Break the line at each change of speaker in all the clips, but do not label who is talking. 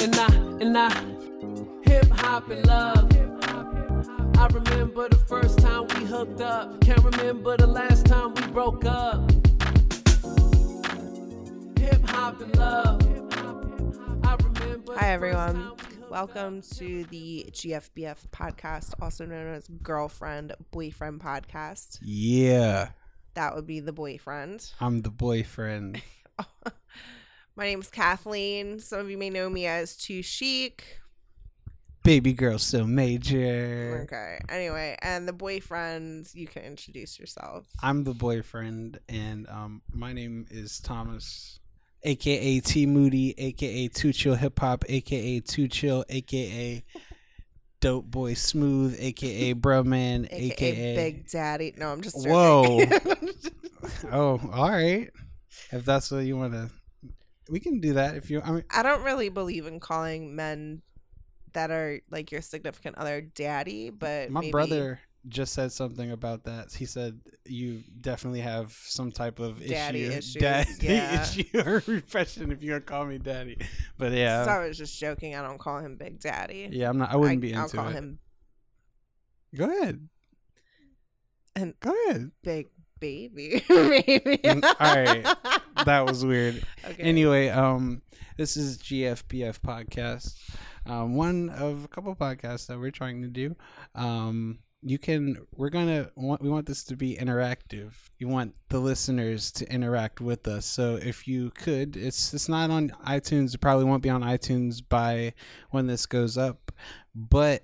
And I, and I, hip hop and love. I remember the first time we hooked up. Can't remember the last time we broke up. Hip hop and love. I remember.
Hi, everyone. Welcome to the GFBF podcast, also known as Girlfriend Boyfriend Podcast.
Yeah,
That would be the boyfriend.
I'm the boyfriend.
My name's Kathleen. Some of you may know me as Too Chic.
Baby girl, so major.
Okay. Anyway, and the boyfriend, you can introduce yourself.
I'm the boyfriend, and um, my name is Thomas, aka T Moody, aka Two Chill Hip Hop, aka Two Chill, aka Dope Boy Smooth, aka Bro Man,
AKA,
aka,
Big Daddy. No, I'm just joking.
Whoa. oh, all right. If that's what you want to, we can do that. If you, I mean,
I don't really believe in calling men that are like your significant other daddy, but
my
maybe-
brother just said something about that. He said you definitely have some type of
Daddy
issue,
issues,
daddy
yeah.
issue or repression if you don't call me daddy. But yeah,
So I was just joking. I don't call him Big Daddy.
yeah, I'm not. I wouldn't be
I'll
into
call
it.
him
Go ahead.
And-
go ahead.
Big Baby. Maybe.
Mm, alright. That was weird.
Okay.
Anyway, um, this is GFPF podcast, um, one of a couple podcasts that we're trying to do. Um, you can we're gonna want we want this to be interactive. You want the listeners to interact with us. So if you could, it's it's not on iTunes. It probably won't be on iTunes by when this goes up, but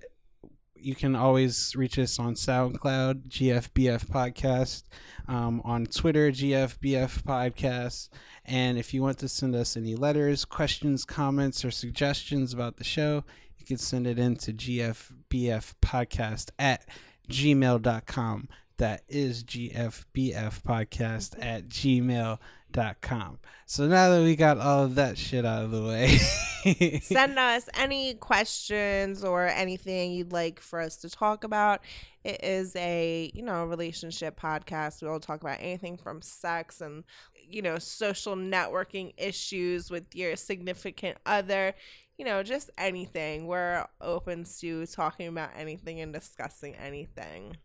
you can always reach us on SoundCloud, GFBF Podcast, um, on Twitter, GFBF Podcast. And if you want to send us any letters, questions, comments, or suggestions about the show, you can send it in to gfbfpodcast at gmail.com. That is gfbfpodcast at gmail.com. So now that we got all of that shit out of the way,
Send us any questions or anything you'd like for us to talk about. It is a, you know, relationship podcast. We'll talk about anything from sex and, you know, social networking issues with your significant other, you know, just anything. We're open to talking about anything and discussing anything.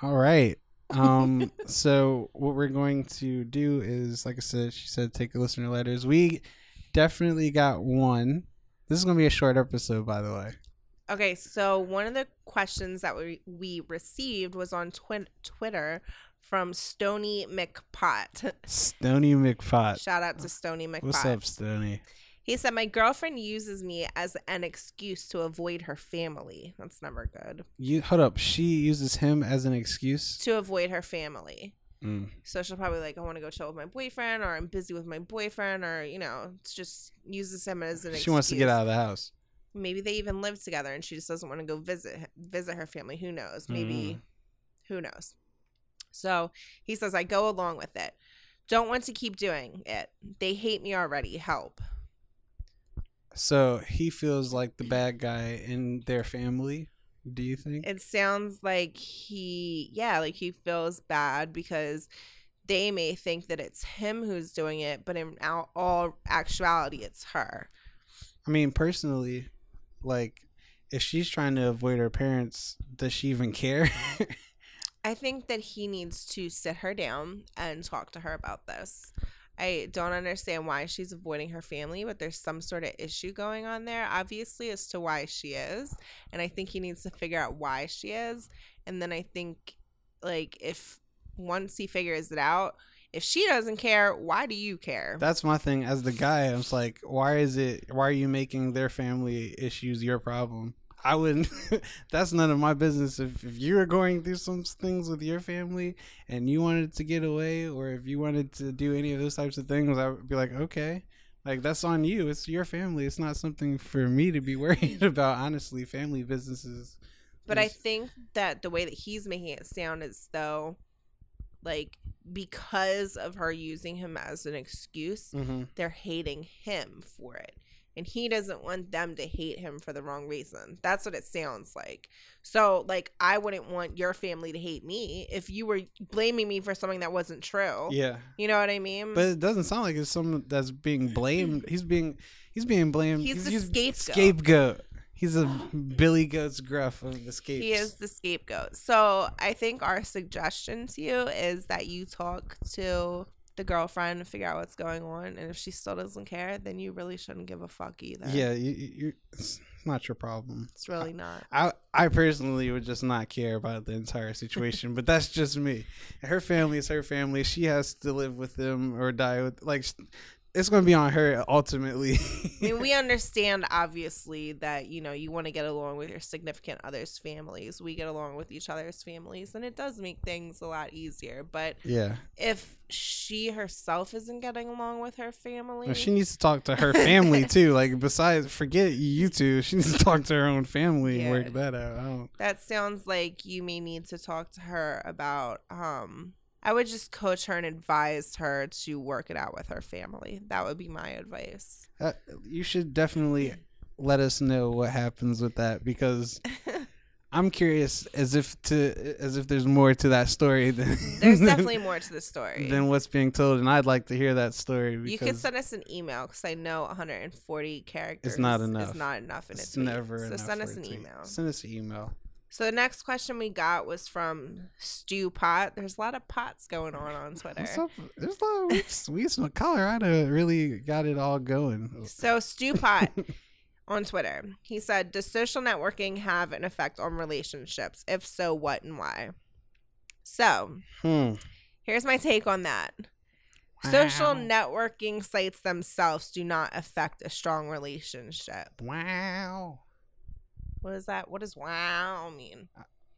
All right. Um, so what we're going to do is, like I said, she said, take a listener letters. We definitely got one. This is going to be a short episode, by the way.
Okay, so one of the questions that we, we received was on twi- Twitter from Stony McPot.
Stony McPot.
Shout out to Stony McPot.
What's up, Stony?
He said, My girlfriend uses me as an excuse to avoid her family. That's never good.
You hold up. She uses him as an excuse.
To avoid her family.
Mm.
So she'll probably like, I want to go chill with my boyfriend, or I'm busy with my boyfriend, or, you know, it's just uses him as an excuse.
She wants to get out of the house.
Maybe they even live together and she just doesn't want to go visit visit her family. Who knows? Maybe, who knows? So he says, I go along with it. Don't want to keep doing it. They hate me already. Help.
So he feels like the bad guy in their family. Do you think?
it sounds like he yeah like he feels bad because they may think that it's him who's doing it but in all, all actuality it's her
I mean, personally, like if she's trying to avoid her parents, does she even care?
i think that he needs to sit her down and talk to her about this i don't understand why she's avoiding her family but there's some sort of issue going on there obviously as to why she is and i think he needs to figure out why she is and then i think like if once he figures it out if she doesn't care why do you care
That's my thing as the guy. I'm just like, why is it? Why are you making their family issues your problem? I wouldn't. that's none of my business. If, if you were going through some things with your family and you wanted to get away, or if you wanted to do any of those types of things, I would be like, okay, like that's on you. It's your family. It's not something for me to be worried about. Honestly, family businesses
But I
Yes.
think that the way that he's making it sound is though, like because of her using him as an excuse,
Mm-hmm.
they're hating him for it. And he doesn't want them to hate him for the wrong reason. That's what it sounds like. So, like, I wouldn't want your family to hate me if you were blaming me for something that wasn't true.
Yeah.
You know what I mean?
But it doesn't sound like it's someone that's being blamed. He's being he's being blamed.
He's the scapegoat.
Scapegoat. He's a Billy Goat's gruff of the scapes.
He is the scapegoat. So I think our suggestion to you is that you talk to the girlfriend and figure out what's going on. And if she still doesn't care, then you really shouldn't give a fuck either.
Yeah, you, you, you- it's not your problem.
It's really not.
I I personally would just not care about the entire situation, but that's just me. Her family is her family. She has to live with them or die with. Like, it's gonna be on her ultimately.
I mean, we understand obviously that you know you want to get along with your significant other's families. We get along with each other's families, and it does make things a lot easier. But
yeah,
if she herself isn't getting along with her family,
Well, she needs to talk to her family too. Like, besides, forget you two. She needs to talk to her own family and
Yeah.
work that out. I don't.
that sounds like you may need to talk to her about. um I would just coach her and advise her to work it out with her family. That would be my advice.
Uh, you should definitely let us know what happens with that because I'm curious as if to as if there's more to that story than
There's definitely more to the story.
than what's being told, and I'd like to hear that story
You could
because
send us an email because I know 140 characters
not enough.
Is not enough in a
it's
tweet.
never
so
enough
send
for
us
a
an
tweet.
email.
Send us an email.
So the next question we got was from Stew Pot. There's a lot of pots going on on Twitter.
What's up? There's a lot of weeks, weeks from Colorado really got it all going.
So Stew Pot on Twitter, he said, "Does social networking have an effect on relationships? If so, what and why?" So
Hmm.
Here's my take on that. Social
Wow.
networking sites themselves do not affect a strong relationship.
Wow.
What is that? What does wow mean?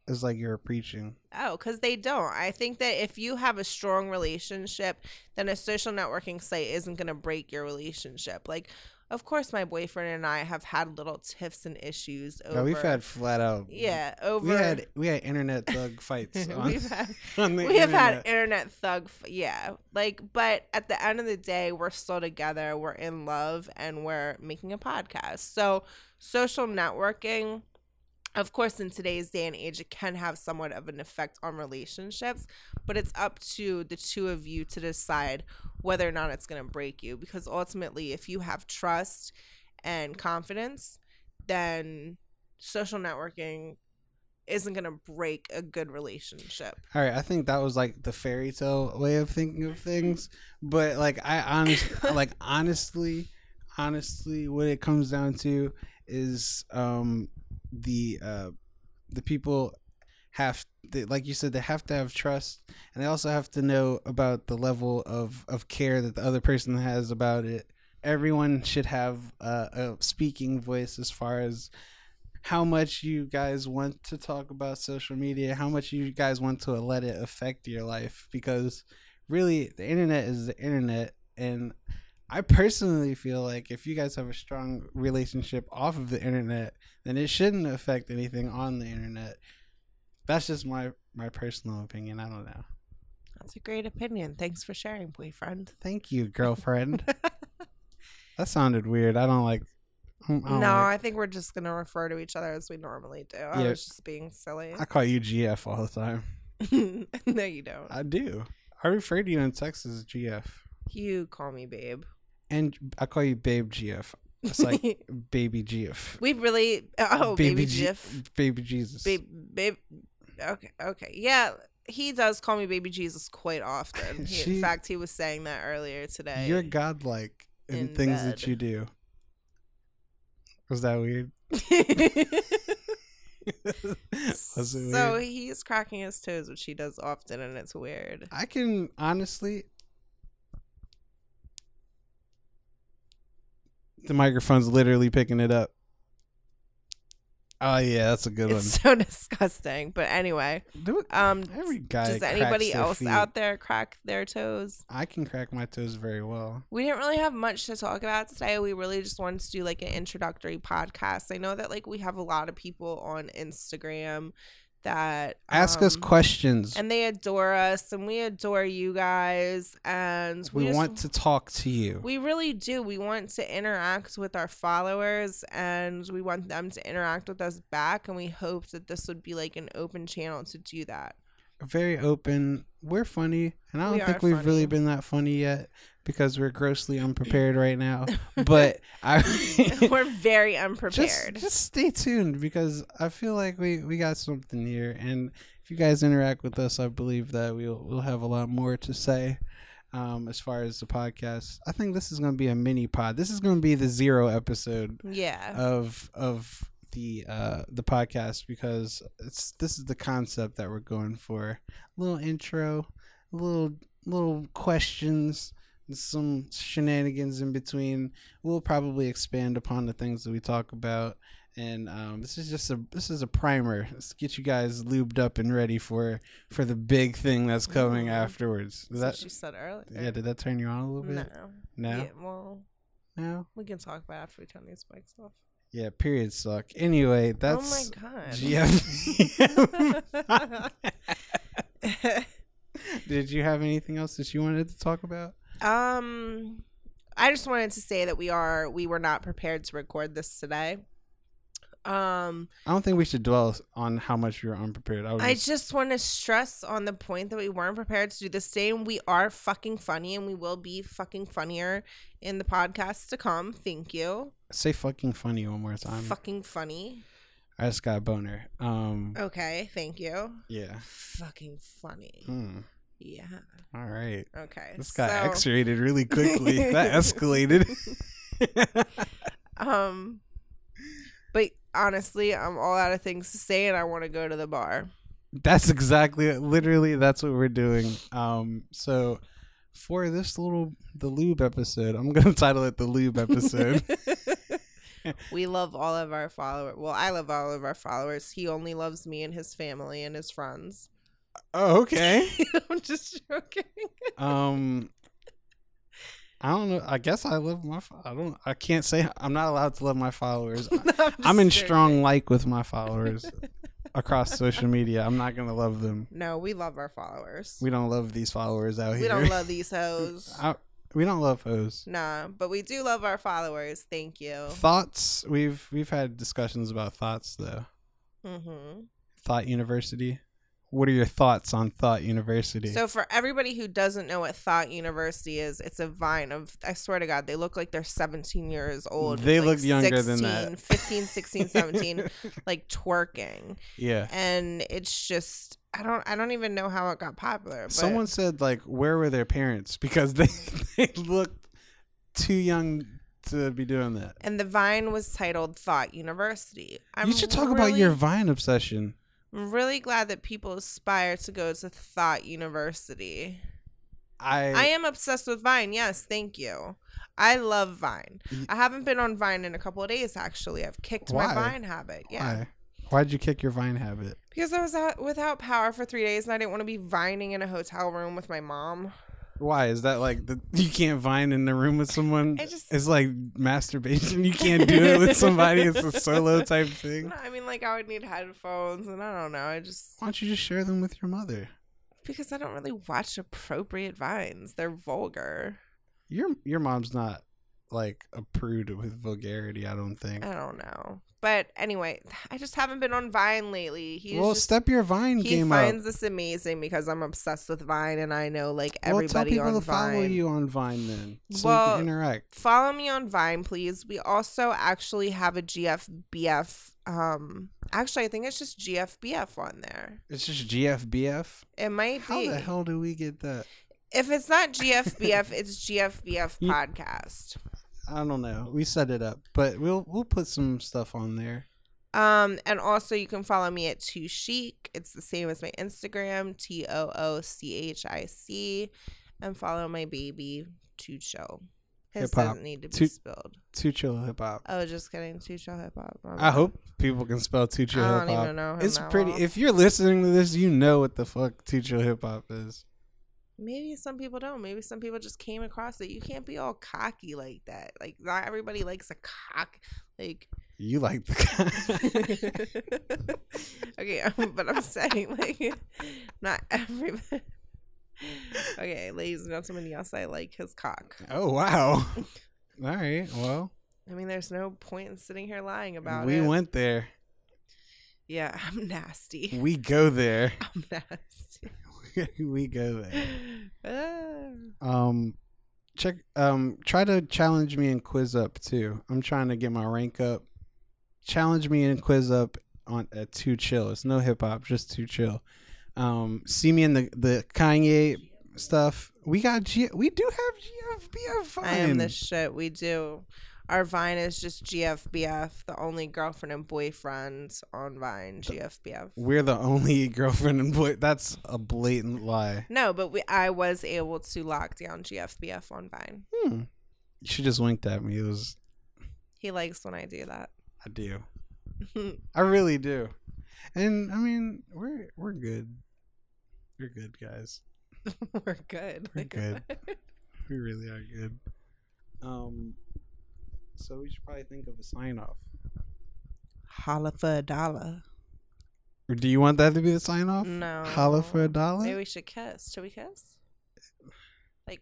It's like you're preaching.
Oh, because they don't. I think that if you have a strong relationship, then a social networking site isn't going to break your relationship. Like, of course, my boyfriend and I have had little tiffs and issues over.
Yeah, we've had flat out.
Yeah, over.
We had we had internet thug fights. On,
We've had-
on the
we have had
internet.
internet thug f- yeah like but at the end of the day we're still together we're in love and we're making a podcast so social networking of course in today's day and age it can have somewhat of an effect on relationships but it's up to the two of you to decide whether or not it's going to break you because ultimately if you have trust and confidence then social networking isn't going to break a good relationship
All right, I think that was like the fairy tale way of thinking of things, but like I honest, like honestly, honestly, what it comes down to is um the uh the people have they, like you said they have to have trust and they also have to know about the level of of care that the other person has about it. Everyone should have uh, a, a speaking voice as far as how much you guys want to talk about social media, how much you guys want to let it affect your life because really the internet is the internet and I personally feel like if you guys have a strong relationship off of the internet, then it shouldn't affect anything on the internet. That's just my my personal opinion. I don't know.
That's a great opinion. Thanks for sharing, boyfriend.
Thank you, girlfriend. that sounded weird. I don't like Oh, I don't
no,
like-
I think we're just gonna refer to each other as we normally do. I
Yeah.
was just being silly.
I call you GF all the time.
no, you don't.
I do. I refer to you in text as GF.
You call me babe.
And I call you Babe GF. It's like Baby GF.
we really oh baby,
G-
Jiff.
Baby Jesus.
Babe babe okay okay. Yeah. He does call me baby Jesus quite often. He, in
She-
fact he was saying that earlier today.
You're godlike in,
In
things
bed.
that you do. Was that weird? Was it
so
weird?
he's cracking his toes, which he does often and it's weird.
I can honestly. The microphone's literally picking it up. Oh yeah, that's a good one.
It's so disgusting. But anyway,
Do it.
um,
Every guy.
does
cracks
anybody
their
else
feet.
out there crack their toes?
I can crack my toes very well.
We didn't really have much to talk about today. We really just wanted to do like an introductory podcast. I know that like we have a lot of people on Instagram that
Ask us
um,
questions.
and they adore us, and we adore you guys, and
we
just-
want to talk to you.
We really do. We want to interact with our followers and we want them to interact with us back. And we hope that this would be like an open channel to do that.
We're very open. We're funny, and I
We
don't think
are
we've
funny.
really been that funny yet because we're grossly unprepared right now. But I
We're very
just
unprepared.
just stay tuned because I feel like we we got something here, and if you guys interact with us, I believe that we'll we'll have a lot more to say. Um, as far as the podcast, I think this is going to be a mini pod. This is going to be the zero episode
yeah.
of of the uh the podcast because it's this is the concept that we're going for. little intro, little little questions, and some shenanigans in between. We'll probably expand upon the things that we talk about. And um, this is just a this is a primer. Let's get you guys lubed up and ready for for the big thing that's coming
Mhm.
afterwards. Is
That's what
that
she said earlier.
yeah? Did that turn you on a little
no.
bit? No.
Yeah, well,
No.
we can talk about it after we turn these mics off.
Yeah. Periods suck. Anyway, that's
oh my God.
GF. Did you have anything else that you wanted to talk about?
Um, I just wanted to say that we are we were not prepared to record this today. Um,
I don't think we should dwell on how much we were unprepared. I was
I
just-
just want to stress on the point that we weren't prepared to do this today, and we are fucking funny, and we will be fucking funnier in the podcast to come. Thank you.
say fucking funny one more time.
fucking funny.
I just got a boner. Um,
Oh. Okay, thank you.
yeah.
Fucking funny.
Mm,
Yeah.
all right.
Okay.
This got
so,
X-rated really quickly. that escalated.
Um, but honestly, I'm all out of things to say, and I want to go to the bar.
that's exactly, literally, that's what we're doing. Um, so for this little the lube episode, I'm gonna title it the lube episode.
we love all of our followers. Well, I love all of our followers. He only loves me and his family and his friends.
oh, okay.
I'm just joking.
um i don't know i guess i love my fo- i don't i can't say i'm not allowed to love my followers I-
I'm,
i'm in
just joking.
strong like with my followers across social media i'm not gonna love them
No, we love our followers.
we don't love these followers out
We
here
don't love these hoes.
I, we don't love hoes
nah, but we do love our followers. Thank you.
thoughts we've we've had discussions about thoughts though
hmm
thought university what are your thoughts on thought university
So for everybody who doesn't know what Thought University is, it's a vine of I swear to god, they look like they're 17 years old.
They
like
look younger than that.
16, 15, 16, 17 like twerking.
yeah
And it's just I don't I don't even know how it got popular. But
Someone said like, where were their parents? Because they they looked too young to be doing that.
and the vine was titled Thought University. I'm
you should talk about your
really-
Vine obsession.
I'm really glad that people aspire to go to Thought University.
I,
I am obsessed with Vine. Yes, thank you. I love Vine.
Y-
I haven't been on Vine in a couple of days, actually. I've kicked
Why?
my Vine habit. Yeah.
why? Why'd you kick your Vine habit?
Because I was out without power for three days and I didn't want to be vining in a hotel room with my mom.
Why is that like the, you can't Vine in the room with someone?
I just-
it's like masturbation. You can't do it with somebody. It's a solo type thing.
No,
Why
I mean, like, I would need headphones and I don't know. I just,
don't you just share them with your mother?
because I don't really watch appropriate Vines, they're vulgar.
Your your mom's not like a prude with vulgarity. I don't think.
I don't know. But anyway, I just haven't been on Vine lately. He's
well,
just,
step your Vine
he
game uh, up.
finds this amazing because I'm obsessed with Vine and I know like everybody
well, tell people
on
to follow
Vine.
you on Vine then, so you
Well,
can interact.
Follow me on Vine, please. We also actually have a GFBF. Um, actually, I think it's just GFBF on there.
It's just GFBF.
It might
How
be.
the hell do we get that?
If it's not GFBF, it's GFBF
You-
podcast.
I don't know. We set it up, but we'll we'll put some stuff on there.
Um, and also you can follow me at Too Chic. It's the same as my Instagram, T O O C H I C, and follow my baby Too Chill. His
Hip hop.
doesn't need to be
Two-
spilled.
Too chill hip hop.
I was just kidding. Two Chill Hip Hop. my
I
bad.
hope people can spell Two Chill
I
Hip
don't
Hop.
even know. Him
It's
that
pretty.
well.
If you're listening to this, you know what the fuck Two Chill Hip Hop is.
Maybe some people don't. Maybe some people just came across it. You can't be all cocky like that. Like not everybody likes a cock. Like
You like the.
okay, um, but I'm saying like not everybody. okay, ladies and gentlemen, yes, I like his cock.
oh wow! All right. Well,
I mean, there's no point in sitting here lying about
we
it.
went there.
Yeah, I'm nasty.
We go there.
I'm nasty.
we go there.
Ah.
Um, check. Um, try to challenge me in quiz up too. I'm trying to get my rank up. Challenge me in quiz up on at two chill. It's no hip hop, just two chill. Um, see me in the the Kanye stuff. We got G. We do have GFBF. Fine.
I am the shit. We do. Our Vine is just GFBF, the only girlfriend and boyfriend on Vine, GFBF.
We're the only girlfriend and boy. That's a blatant lie.
No, but we, I was able to lock down GFBF on Vine.
Hmm. She just winked at me. It was.
He likes when I do that.
I do. I really do. And I mean, we're we're good. We're good guys.
We're good.
We're good. We really are good. Um so we should probably think of a sign off.
Holla for a dollar.
Or do you want that to be the sign off?
No.
Holla for a dollar?
Maybe we should kiss. Should we kiss? Like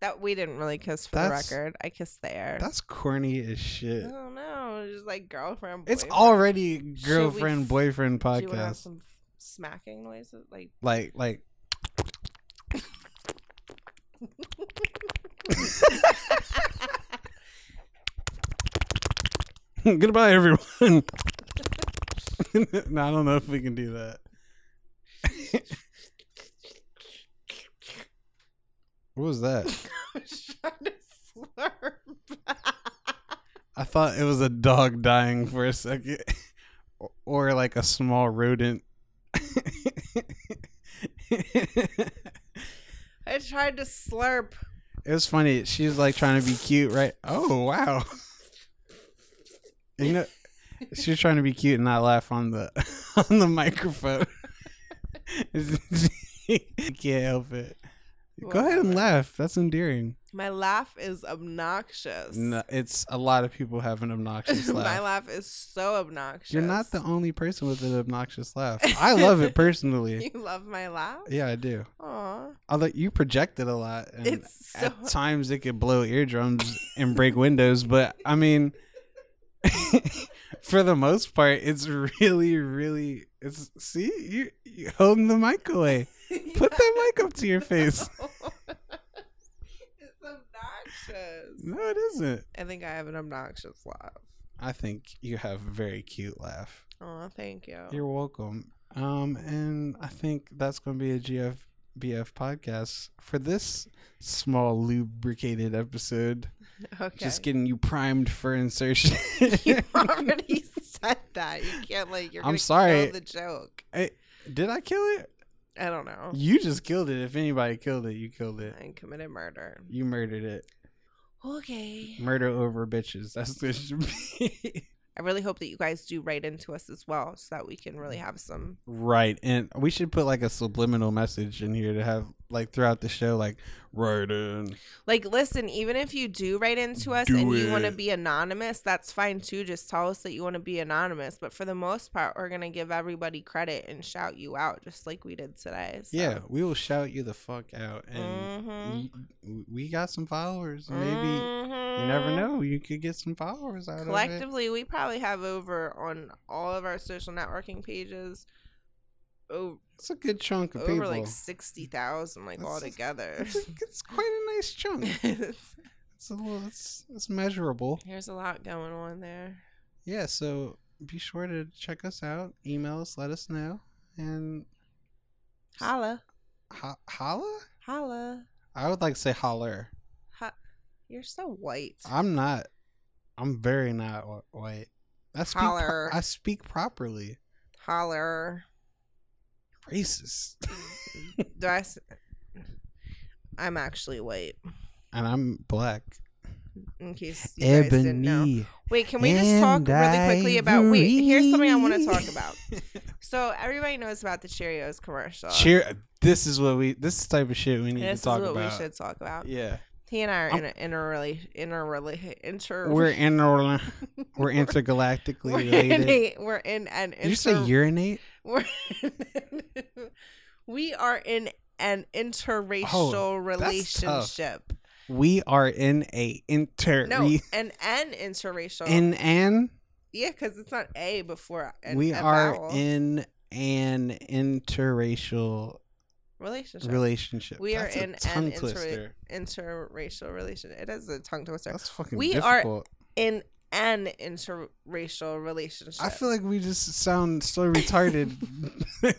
that we didn't really kiss for
That's-
the record. I kissed the air.
That's corny as
I
shit.
don't know. Just like girlfriend.
It's
Oh, boyfriend.
already
we
girlfriend
f-
boyfriend
Do you want to have
podcast.
some smacking noises? Like
like like Goodbye everyone. no, I don't know if we can do that. what was that?
I was trying to slurp.
I thought it was a dog dying for a second, or, or like a small rodent. it
I tried to slurp.
was funny. She was like trying to be cute, right? Oh wow! You know, she was trying to be cute and not laugh on the on the microphone. she can't help it. Go ahead
Whatever.
and laugh. That's endearing.
My laugh is obnoxious.
No, it's a lot of people have an obnoxious laugh.
My laugh is so obnoxious.
You're not the only person with an obnoxious laugh. I love it personally.
You love my laugh?
Yeah, I do.
Aw.
Although you project it a lot, and
It's so
at times it could blow eardrums and break windows. But I mean, for the most part, it's really, really. It's see you, you holding the mic away. Put that mic up to your face.
it's obnoxious.
No, it isn't.
I think I have an obnoxious laugh.
I think you have a very cute laugh.
Oh, thank you.
You're welcome. Um, and I think that's going to be a GFBF podcast for this small lubricated episode.
okay.
Just getting you primed for insertion.
you already said that. You can't like. You're
I'm
gonna
sorry.
Kill the joke.
Hey, did I kill it?
I don't know.
You just killed it. If anybody killed it, you killed it.
I committed murder.
You murdered it.
Okay.
Murder over bitches. That's what it should be.
I really hope that you guys do write into us as well, so that we can really
Mm.
have some.
right. And we should put like a subliminal message in here to have like throughout the show, like, right in.
Like, listen, even if you do write into us
Do
and you want to
it.
be anonymous, that's fine too. Just tell us that you want to be anonymous. But for the most part, we're gonna give everybody credit and shout you out, just like we did today. So.
Yeah, we will shout you the fuck out. And.
Mm-hmm.
y- w- we got some followers. Maybe you never
Mm-hmm.
know. You could get some followers out of
Collectively, we probably have over on all of our social networking pages over,
it. It's a good chunk of
over
people.
like sixty thousand, like
That's-
all together.
it's, a- it's quite a nice chunk. It's a little. It's it's measurable.
There's a lot going on there.
Yeah. So be sure to check us out. Email us. Let us know. And
Holla,
ho- holla.
holla.
I would like to say holler.
Ho- You're so white.
I'm not. I'm very not wh- white. I speak. pro-
Holler.
I speak properly.
Holler.
Racist.
Do I? S- I'm actually white.
and I'm black.
in case you guys didn't know. Wait, can we just talk really quickly about? Wait, here's something I want to talk about. So everybody knows about the Cheerios commercial.
Cheer. This is what we. This type of shit we need
This
to
is
talk
what
about.
we should talk about.
Yeah,
He and I are in
I'm-
a in a really in a really inter.
we're inter. we're intergalactically
we're in,
related.
a, we're in an
Did you say
inter-
urinate?
We're we are in an interracial
Oh, that's tough.
relationship.
We are in a inter.
No,
re-
an an interracial.
in an.
yeah, because it's not a before an,
we
a
are
vowel
in an interracial
relationship.
relationship.
We are
That's a
in
tongue
an inter-
twister.
interracial relationship. It is a tongue twister.
That's fucking
We are-
difficult.
In an interracial relationship.
I feel like we just sound so retarded.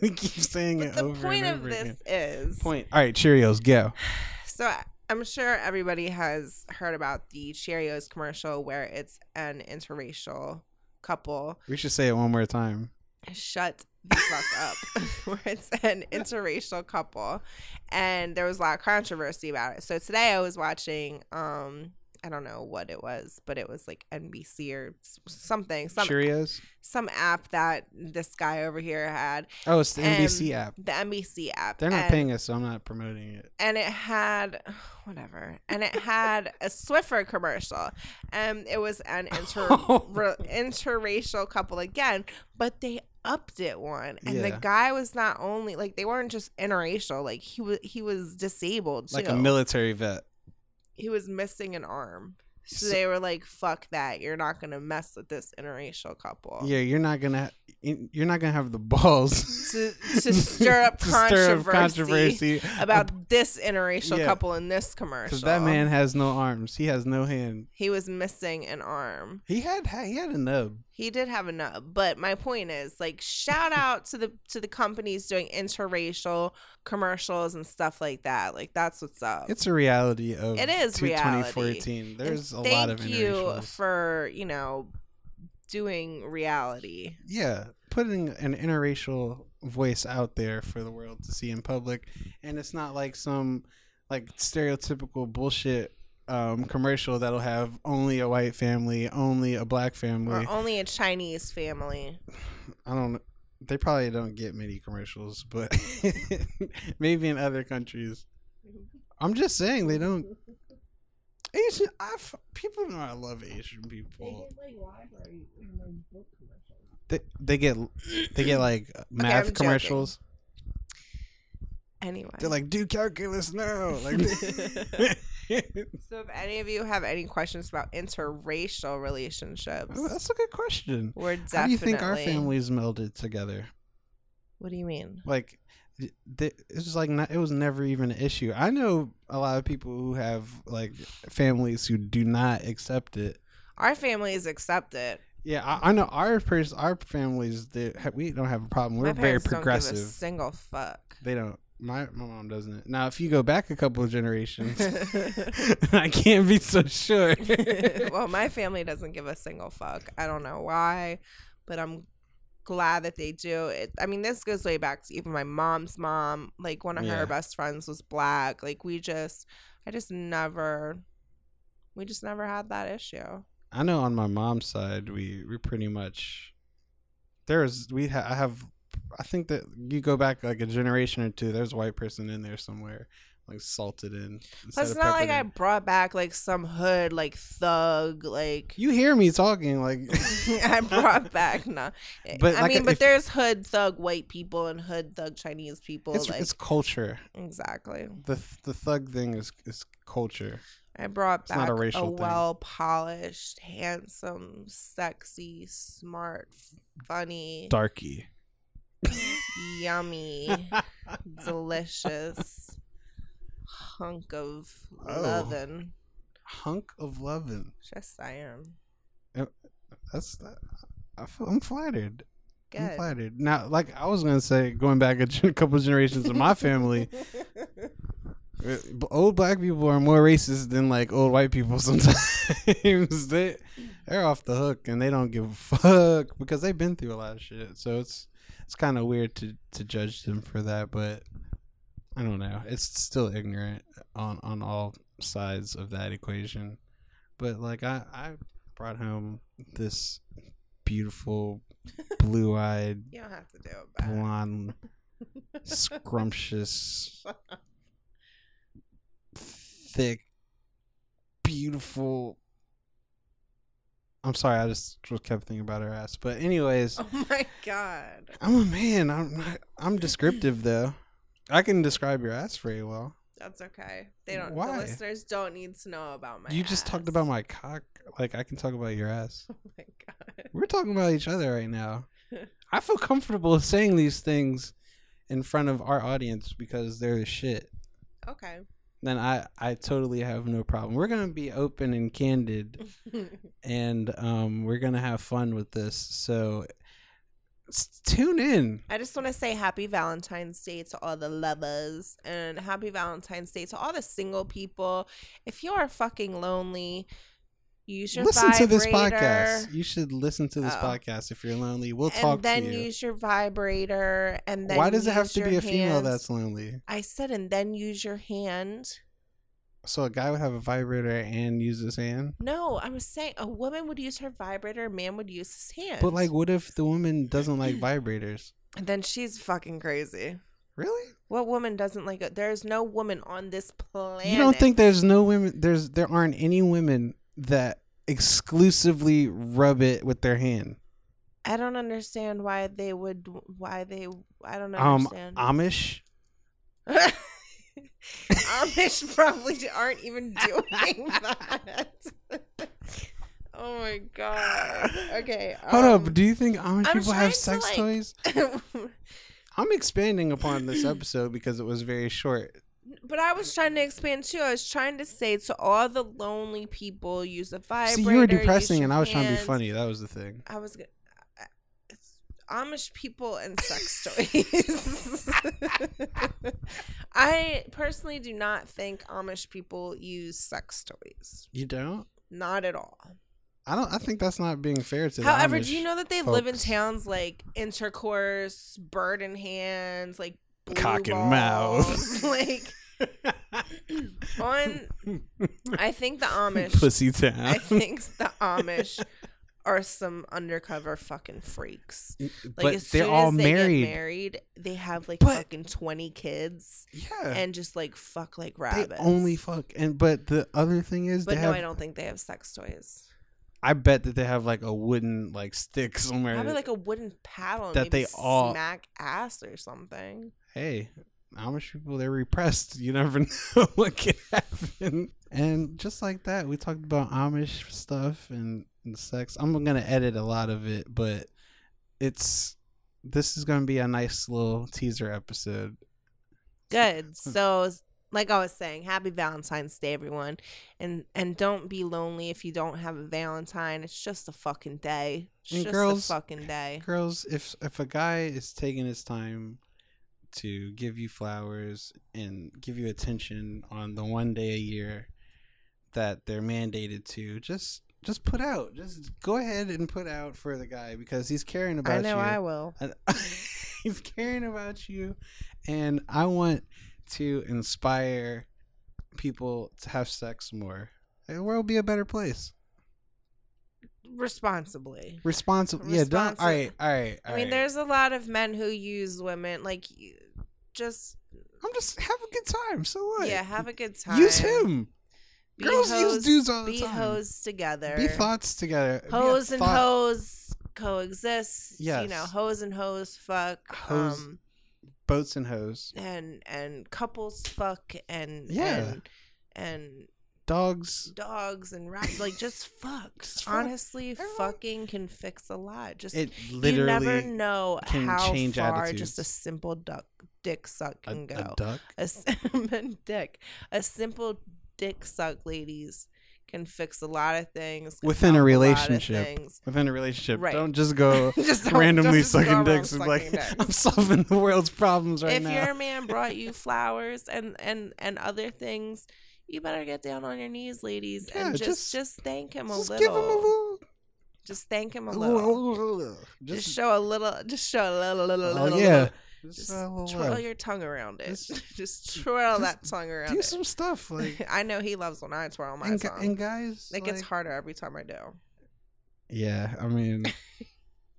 we keep saying
but
it
the
over
point
and
of
over
this
again.
is
Point. All right, Cheerios, go.
So I- I'm sure everybody has heard about the Cheerios commercial where it's an interracial couple.
We should say it one more time.
Shut the fuck up. where it's an interracial couple. And there was a lot of controversy about it. So today I was watching um I don't know what it was, but it was like NBC or s- something, some
Cheerios.
some app that this guy over here had,
Oh, it's the
and
NBC app.
the NBC app.
They're not
and-
paying us, so I'm not promoting it.
and it had whatever and it had a swiffer commercial and it was an inter re- interracial couple again but they upped it one and the
Yeah.
guy was not only like they weren't just interracial like he was he was disabled too.
like a military vet.
he was missing an arm so,
So-
they were like fuck that you're not gonna mess with this interracial couple
Yeah, you're not gonna you're not gonna have the balls
To- to stir up controversy about this interracial
Yeah.
couple in this commercial
because that man has no arms. He has no hand.
he was missing an arm
He had he had a nub.
He did have a nub, but my point is like shout out to the to the companies doing interracial commercials and stuff like that. Like that's what's up.
It's a reality of
It is
two-
reality.
2014.
And
There's a lot of
thank you
interracials.
for, you know, doing reality.
Yeah, putting an interracial voice out there for the world to see in public, and it's not like some like stereotypical bullshit um, commercial that'll have only a white family, only a black
We're
family.
only a Chinese family.
I don't. They probably don't get many commercials, but maybe in other countries. I'm just saying they don't. Asian, I f- people know I love Asian people. They they get they get like math
I'm joking.
commercials.
Anyway.
They're like, do calculus now. Like,
so if any of you have any questions about interracial relationships,
Oh, that's a good question.
we're definitely
How do you think our families melded together?
What do you mean?
Like, th- th- it was like not, it was never even an issue. I know a lot of people who have like families who do not accept it.
Our families accept it.
Yeah, I, I know our pers- our families that ha- we don't have a problem. We're
my
very
parents Don't give a
progressive.
single fuck.
They don't. My my mom doesn't. Now, if you go back a couple of generations, I can't be so sure.
well, my family doesn't give a single fuck. I don't know why, but I'm glad that they do. It, I mean, this goes way back to even my mom's mom. Like one of
Yeah.
her best friends was black. Like we just, I just never, we just never had that issue.
I know on my mom's side, we we pretty much there's we ha- I have I think that you go back like a generation or two, there's a white person in there somewhere, like salted in. instead
But it's
of
not like
peppered
I
in.
brought back like some hood like thug like.
You hear me talking like
I brought back no,
But
but I
like, uh,
mean, but
if-
there's hood thug white people and hood thug Chinese people.
It's
like
it's culture.
Exactly.
The the thug thing is is culture.
I brought
It's not
back
a
a,
racial thing.
well polished, handsome, sexy, smart, funny,
Darky.
yummy, delicious hunk of
Oh.
lovin'.
Hunk of lovin'.
Just I am.
That's I feel, I'm flattered. I'm
Good.
flattered. Now, like I was gonna say, going back a gen- couple generations in my family, uh, b- old black people are more racist than like old white people. Sometimes they they're off the hook and they don't give a fuck because they've been through a lot of shit. So it's it's kind of weird to to judge them for that, but I don't know. It's still ignorant on on all sides of that equation. But like I, I brought home this beautiful blue eyed
You don't have to do it, but
blonde scrumptious thick beautiful I'm sorry, I just kept thinking about her ass. But anyways,
oh my god.
I'm a man. I'm not, I'm descriptive though. I can describe your ass very well.
That's okay. They don't.
Why?
The listeners don't need to know about my.
you just talked
ass.
about my cock. Like I can talk about your ass.
Oh my god.
We're talking about each other right now. I feel comfortable saying these things in front of our audience because they're the shit.
Okay.
Then I I totally have no problem. We're gonna be open and candid, and um we're gonna have fun with this. So s- tune in.
I just want to say happy Valentine's Day to all the lovers and happy Valentine's Day to all the single people. If you are fucking lonely, use your
listen to this
vibrator,
podcast. You should listen to this
Oh.
podcast if you're lonely. We'll talk
and then
to you.
use your vibrator, and then
Why does it have
use
to be
your
a female
hands.
that's lonely?
I said, and then use your hand.
So a guy would have a vibrator and use his hand.
No, I was saying a woman would use her vibrator, a man would use his hand.
But like, what if the woman doesn't like vibrators?
then she's fucking crazy.
Really?
What woman doesn't like it? There's no woman on this planet.
You don't think there's no women? There's there aren't any women that exclusively rub it with their hand.
I don't understand why they would. Why they? I don't
Um,
understand.
Amish.
Amish probably aren't even doing that. oh my god. Okay.
Hold
um,
up. Do you think Amish
I'm
people have
trying
sex
to, like- toys?
toys?
um,
I'm expanding upon this episode because it was very short.
but I was trying to expand too. I was trying to say to all the lonely people, use a vibrator.
See, you
use
were depressing,
your
and I was trying to be
hands.
funny. That was the thing.
I was gonna. I- it's Amish people and sex toys. I personally do not think Amish people use sex toys.
You don't.
Not at all.
I don't. I think that's not being fair to. the
However,
Amish.
do you know that they live in
folks.
towns like intercourse, bird in hands, like blue
Cock and
balls,
mouth.
like on. I think the Amish.
Pussy town.
I think the Amish are some undercover fucking freaks. Like
but
as
they're
soon
all
as they
married.
Get married. They have like
But-
fucking twenty kids
Yeah.
and just like fuck like
they
rabbits.
only fuck. And but the other thing is,
But
they
no,
have.
I don't think they have sex toys.
I bet that they have like a wooden like stick somewhere.
Probably
that-
like a wooden paddle and
that
maybe
they all-
smack ass or something.
hey, Amish people they're repressed. You never know what can happen. And just like that, we talked about Amish stuff and, and sex. I'm gonna edit a lot of it, but it's this is gonna be a nice little teaser episode.
Good.
Hmm.
So like I was saying, happy Valentine's Day, everyone, and and don't be lonely if you don't have a Valentine. It's just a fucking day. It's
And
just
girls-
a fucking day.
girls if if a guy is taking his time to give you flowers and give you attention on the one day a year that they're mandated to just just put out just go ahead and put out for the guy because he's caring about
I know
you
I will.
and he's caring about you and i want to inspire people to have sex more the world will be a better place
Responsibly.
responsible yeah don't
Responsi-
all right all right all
I mean,
right.
there's a lot of men who use women. Like, you- just
I'm just have a good time. So what?
yeah, have a good time.
Use him.
Be
Girls use
hoes-
dudes all the
be
time.
hoes together.
Be thoughts together. Be a
Hoes and
thought-
hoes coexist. You know,
Yes.
hoes and hoes fuck.
Hoes-
Um,
Boats and hoes.
and and couples fuck and
Yeah.
and, and
Dogs.
dogs and rats. like just fuck.
Just fuck.
Honestly,
Everyone-
fucking can fix a lot. Just
It
you
literally
never know
can
how
change
far
attitudes.
just a simple duck dick suck
a,
can go.
a duck.
a simple dick, a simple dick suck, ladies, can fix a lot of things can
Within a
help lot of
relationship.
things.
Within a relationship,
Right.
don't just go
Just don't-
randomly
don't just go
sucking
around
dicks and like
sucking
I'm
dicks.
solving the world's problems right
if
now.
your man brought you flowers and and and other things, you better get down on your knees, ladies,
Yeah,
and just
just-
just thank him a
just
little.
give him a little.
Just thank him a
a
little.
little-
Just,
Just,
show a little. Just show a little. little,
oh
little,
yeah.
little. Just
a little
twirl
love.
your tongue around it.
Just-
just twirl
just
that tongue around
do
it.
some stuff like
I know he loves when I twirl my
and, gu-
tongue.
and guys
it gets
like-
harder every time I do.
Yeah, I mean,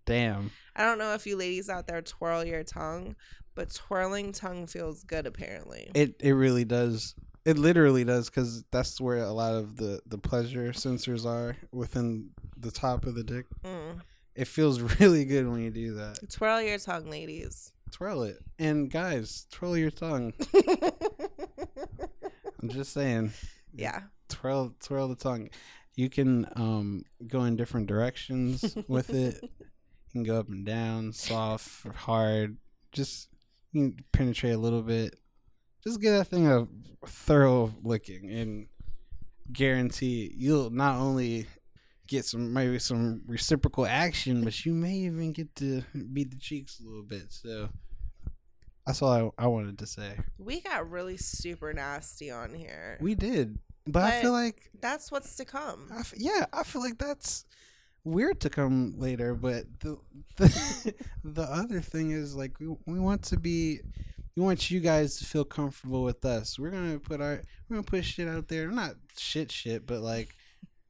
damn.
I don't know if you ladies out there twirl your tongue, but twirling tongue feels good apparently.
It it really does. It literally does because that's where a lot of the the pleasure sensors are within the top of the dick.
Mm.
It feels really good when you do that.
Twirl your tongue, ladies.
Twirl it, and guys, twirl your tongue. I'm just saying,
yeah.
twirl twirl the tongue. You can um go in different directions with it. You can go up and down, soft, hard. Just you can penetrate a little bit. Just give that thing a thorough licking and guarantee you'll not only get some maybe some reciprocal action, but you may even get to beat the cheeks a little bit. So that's all I, I wanted to say.
We got really super nasty on here.
We Uh, did. But I
But-
feel like
That's what's to
I
come.
f- yeah, I feel like that's weird to come later, but the the, the other thing is like we, we want to be we want you guys to feel comfortable with us. We're gonna put our we're gonna put shit out there. Not shit shit, but like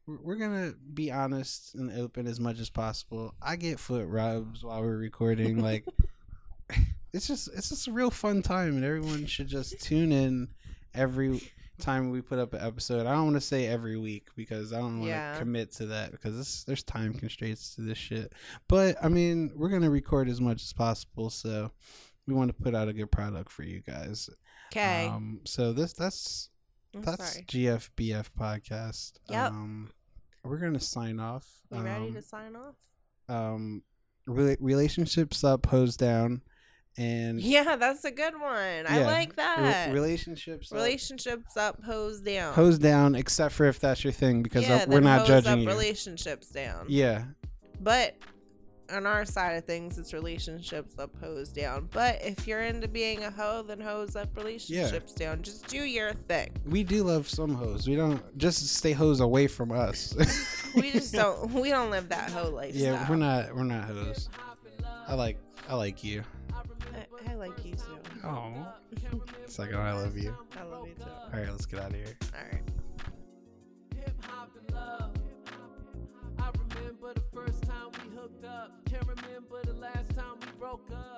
we're, we're gonna be honest and open as much as possible. I get foot rubs while we're recording, like. It's just it's just a real fun time, and everyone should just tune in every time we put up an episode. I don't want to say every week because I don't want to
Yeah.
commit to that because this, there's time constraints to this shit. But I mean, we're gonna record as much as possible, so we want to put out a good product for you guys.
Okay.
Um, so this that's
I'm
that's
sorry.
GFBF podcast.
Yep.
Um, we're gonna sign off.
You ready to
Um,
sign off?
um, rela- relationships up, hose down, and
Yeah, that's a good one. I
Yeah.
like
re-
that.
relationships. up,
relationships up, hose down.
Hose down, except for if that's your thing, because uh,
yeah,
we're
then
not
hose
judging
up,
you.
Relationships down.
yeah,
But on our side of things, it's relationships up, hose down. But if you're into being a hoe, then hose up, relationships down. Just do your thing.
we do love some hoes. We don't just stay hoes away from us.
We just don't. we don't live that hoe lifestyle.
yeah, we're not. We're not hoes. I like. I like you.
I, I like you too.
Oh, second, oh, I love you.
I love you too.
All right, let's get out of here.
All right.
hip hop and love. I remember the first time we hooked up. Can't remember the last time we broke up.